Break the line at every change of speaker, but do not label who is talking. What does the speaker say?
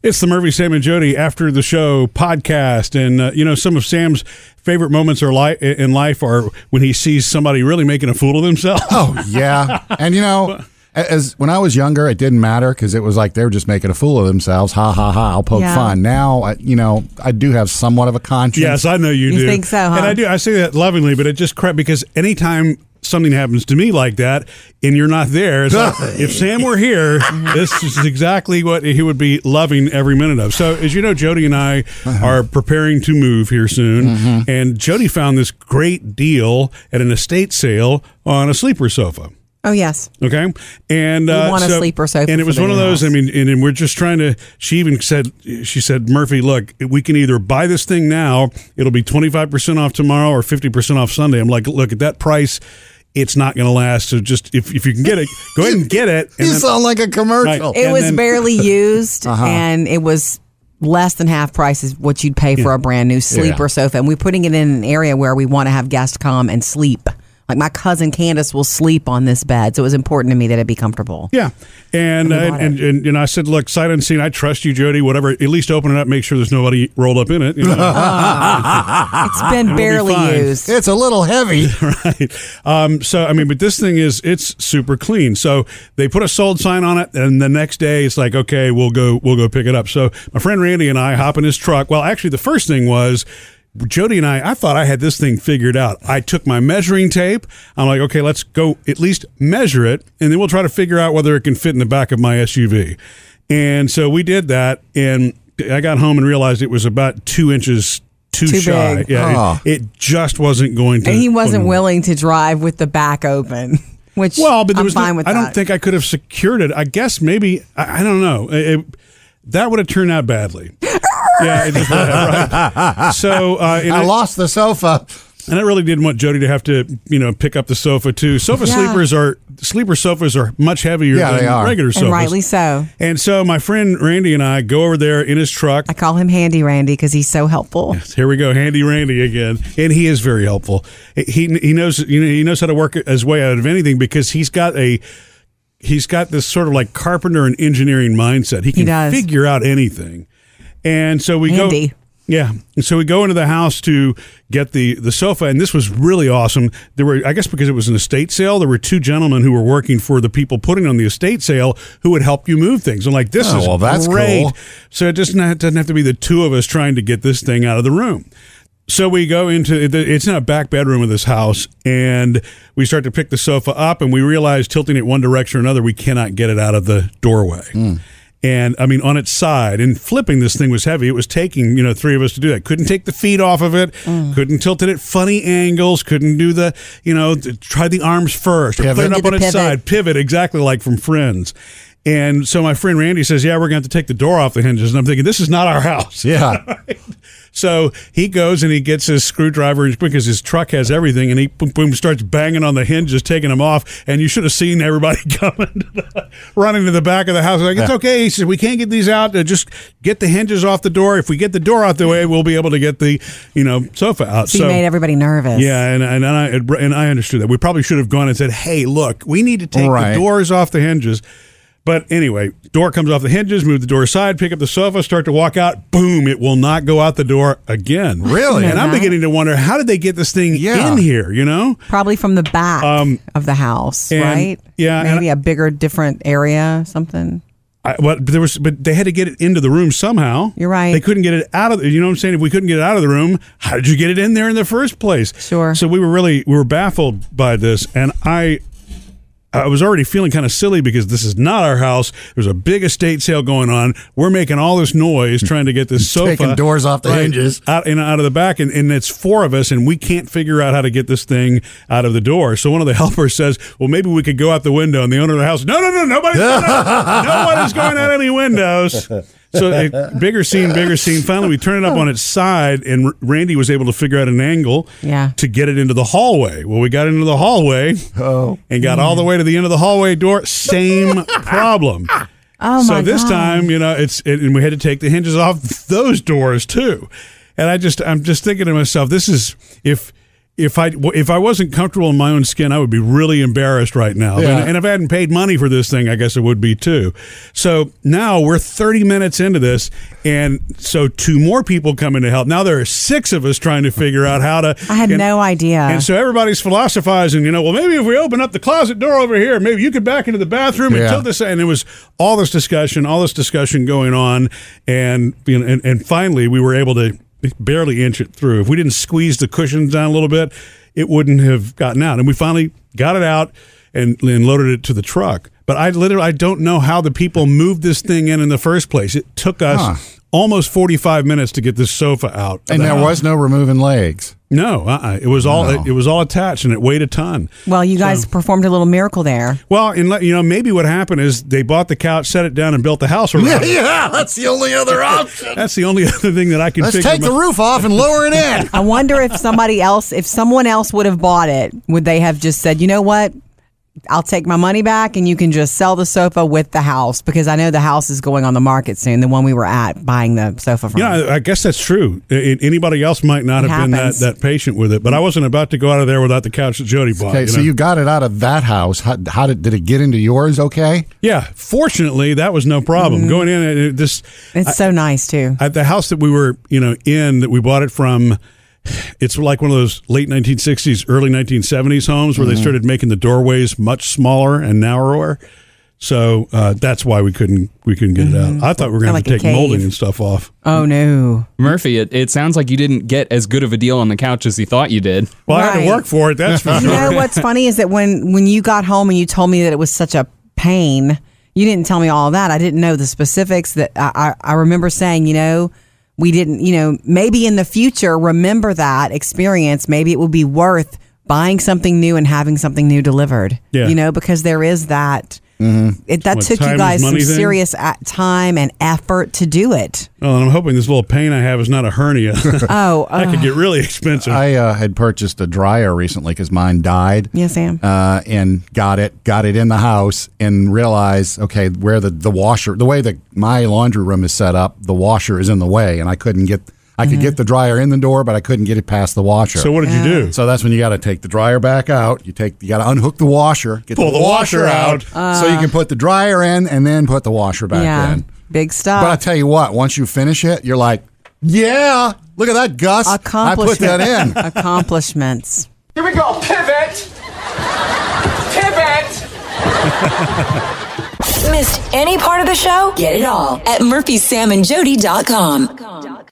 It's the Murphy, Sam, and Jody after the show podcast, and uh, you know some of Sam's favorite moments are li- in life are when he sees somebody really making a fool of themselves.
Oh yeah, and you know, as when I was younger, it didn't matter because it was like they were just making a fool of themselves. Ha ha ha! I'll poke
Yeah.
fun. Now, I, you know, I do have somewhat of a conscience.
Yes, I know you,
You
do.
think so, huh?
And I do. I say that lovingly, but it just crap because anytime something happens to me like that and you're not there, it's like, if Sam were here, this is exactly what he would be loving every minute of. So, as you know, Jody and I
Uh-huh.
are preparing to move here soon,
Mm-hmm.
and Jody found this great deal at an estate sale on a sleeper sofa.
Oh yes.
Okay, and uh,
want a sleeper sofa
and it
for
was
the
one of
new
those. I
house.
mean, and, and we're just trying to. She even said, she said, Murphy, look, we can either buy this thing now. It'll be twenty five percent off tomorrow or fifty percent off Sunday. I'm like, look at that price. It's not going to last. So just if, if you can get it, go ahead and get it. And
You
then-
sound like a commercial.
Right.
It
And
was
then- Uh-huh.
barely used, and it was less than half price is what you'd pay for a brand new sleeper
Yeah.
sofa. And we're putting it in an area where we want to have guests come and sleep. Like my cousin Candace will sleep on this bed, so it was important to me that it be comfortable.
yeah, and
And we
and,
bought
and, and I said, look, sight unseen. I trust you, Jody. Whatever. At least open it up. Make sure there's nobody rolled up in it. you know.
It's been barely
Ah, fine.
used.
It's a little heavy.
right? Um, so I mean, but this thing is it's super clean. So they put a sold sign on it, and the next day it's like, okay, we'll go, we'll go pick it up. So my friend Randy and I hop in his truck. Well, actually, the first thing was. Jody and I, I thought I had this thing figured out. I took my measuring tape. I'm like, okay, let's go at least measure it, and then we'll try to figure out whether it can fit in the back of my SUV. And so we did that, and I got home and realized it was about two inches too,
Too
shy.
big.
Yeah, it-
Oh.
it, just wasn't going to.
and he wasn't
wasn't-
willing to drive with the back open, which
well, but there
I'm
was no-
fine with
I
that.
don't think I could have secured it. I guess maybe I, I don't know. It- it- that would have turned out badly. yeah, it just would have, right. So uh, and,
I
I
lost the sofa.
and I really didn't want Jody to have to you know pick up the sofa too. Sofa
Yeah.
sleepers are sleeper sofas are much heavier
Yeah,
than
they are.
regular sofas.
and rightly so.
And so my friend Randy and I go over there in his truck.
I call him Handy Randy because he's so helpful.
Here we go, Handy Randy again, and he is very helpful. He he knows you know he knows how to work his way out of anything because he's got a he's got this sort of like carpenter and engineering mindset. He can
does.
figure out anything, and so we
Handy.
go. Yeah, and so we go into the house to get the the sofa, and this was really awesome. There were, I guess, because it was an estate sale, there were two gentlemen who were working for the people putting on the estate sale who would help you move things. I'm like, this
Oh,
is
well, that's
great.
cool.
So it doesn't have, doesn't have to be the two of us trying to get this thing out of the room. So we go into the, it's in a back bedroom of this house, and we start to pick the sofa up, and we realize tilting it one direction or another, we cannot get it out of the doorway.
Hmm.
And I mean, on its side, and flipping this thing was heavy. It was taking you know three of us to do that. Couldn't take the feet off of it.
Hmm.
Couldn't tilt it at funny angles. Couldn't do the you know th- try the arms first. or
Pivot.
put it
Do
up
the
on its
pivot.
side pivot exactly like from Friends. And so my friend Randy says, "Yeah, we're going to have to take the door off the hinges." And I'm thinking, "This is not our house."
Yeah.
So he goes and he gets his screwdriver because his truck has everything, and he boom, boom starts banging on the hinges, taking them off. And you should have seen everybody coming, to the, running to the back of the house. Like it's
Yeah.
okay. He says we can't get these out. Uh, Just get the hinges off the door. If we get the door out the way, we'll be able to get the you know sofa out.
He made everybody nervous.
Yeah, and and I and I understood that. We probably should have gone and said, "Hey, look, we need to take
Right.
the doors off the hinges." But anyway, door comes off the hinges, move the door aside, pick up the sofa, start to walk out. Boom! It will not go out the door again.
Really?
And I'm
Not.
beginning to wonder how did they get this thing
Yeah.
in here? You know?
Probably from the back of the house,
Um, and-
right?
yeah, and-
maybe a bigger, different area, something.
I, but there was, but they had to get it into the room somehow.
You're right.
They couldn't get it out of. the- You know what I'm saying? If we couldn't get it out of the room, how did you get it in there in the first place?
Sure.
So we were really we were baffled by this, and I. I was already feeling kind of silly because this is not our house. There's a big estate sale going on. We're making all this noise trying to get this sofa
Taking doors off the hinges.
out and out of the back, and, and it's four of us, and we can't figure out how to get this thing out of the door. So one of the helpers says, "Well, maybe we could go out the window." And the owner of the house, "No, no, no, nobody's going out, no one is going out any windows." So it, bigger scene, bigger scene. Finally, we turn it up on its side, and R- Randy was able to figure out an angle
Yeah.
to get it into the hallway. Well, we got into the hallway and got all the way to the end of the hallway door. Same problem
Oh
so
my
this
God.
time, you know, it's it, and we had to take the hinges off those doors too. And I just I'm just thinking to myself, this is if if I w- if I wasn't comfortable in my own skin, I would be really embarrassed right now.
Yeah.
And, and if I hadn't paid money for this thing, I guess it would be too. So now we're 30 minutes into this, and so two more people come in to help. Now there are six of us trying to figure out how to.
I had
and-
no idea.
And so everybody's philosophizing, you know, well, maybe if we open up the closet door over here, maybe you could back into the bathroom and
Yeah.
tilt this. And it was all this discussion, all this discussion going on. And, you know, and, and finally, we were able to barely inch it through. If we didn't squeeze the cushions down a little bit, it wouldn't have gotten out. And we finally got it out and, and loaded it to the truck. But I literally, I don't know how the people moved this thing in in the first place. It took us
Huh.
almost 45 minutes to get this sofa out. of
And
the
there
house.
was no removing legs.
No, uh-uh. it was all
No.
it, it was all attached, and it weighed a ton.
well, you guys performed a little miracle there.
Well, and let- you know, maybe what happened is they bought the couch, set it down, and built the house around. it.
yeah, that's the only other option.
That's the only other thing that I can.
Let's
figure
take the
my-
roof off and lower it in.
I wonder if somebody else, if someone else would have bought it, would they have just said, you know what? I'll take my money back and you can just sell the sofa with the house because I know the house is going on the market soon, the one we were at buying the sofa from.
Yeah, I- I guess that's true. I- I- anybody else might not
It
have been that,
happens.
that patient with it, but I wasn't about to go out of there without the couch that Jody bought.
Okay,
you
so
know?
you got it out of that house. How, how did did it get into yours? Okay,
yeah. Fortunately, that was no problem.
Mm-hmm.
Going in, it- it- this
it's so nice too.
at the house that we were, you know, in that we bought it from. It's like one of those late 1960s, early 1970s homes where
Mm-hmm.
they started making the doorways much smaller and narrower. So uh, that's why we couldn't we couldn't get it out. I thought we were going
Mm-hmm. Kinda like
to
a
have to take molding
cave.
and stuff off.
Oh no.
Murphy, it, it sounds like you didn't get as good of a deal on the couch as you thought you did.
Well, I had to
Right.
work for it. That's for
You
sure.
know what's funny is that when when you got home and you told me that it was such a pain, you didn't tell me all that. I didn't know the specifics. That I I, I remember saying, you know, we didn't, you know, maybe in the future, remember that experience. Maybe it would be worth buying something new and having something new delivered.
Yeah. Mm-hmm.
You know, because there is that. It, that
What,
took
time
you
is
guys some
money thing?
serious uh, time and effort to do it.
Well, and I'm hoping this little pain I have is not a hernia.
Oh,
that
ugh.
could get really expensive.
I uh, had purchased a dryer recently because mine died.
yes, Sam.
uh, and got it, got it in the house, and realized okay, where the the washer, the way that my laundry room is set up, the washer is in the way, and I couldn't get, I could get the dryer in the door, but I couldn't get it past the washer.
Mm-hmm. so what did you do?
So that's when you got to take the dryer back out. You take, you got to unhook the washer, get
Pull the washer
so you can put the dryer in, and then put the washer back
yeah,
in.
big stuff.
But I tell you what, once you finish it, you're like, yeah, look at that, Gus. I put
Accomplishment.
that in.
Accomplishments.
Here we go. Pivot. Pivot.
Missed any part of the show? Get it all at murphysamandjody.com.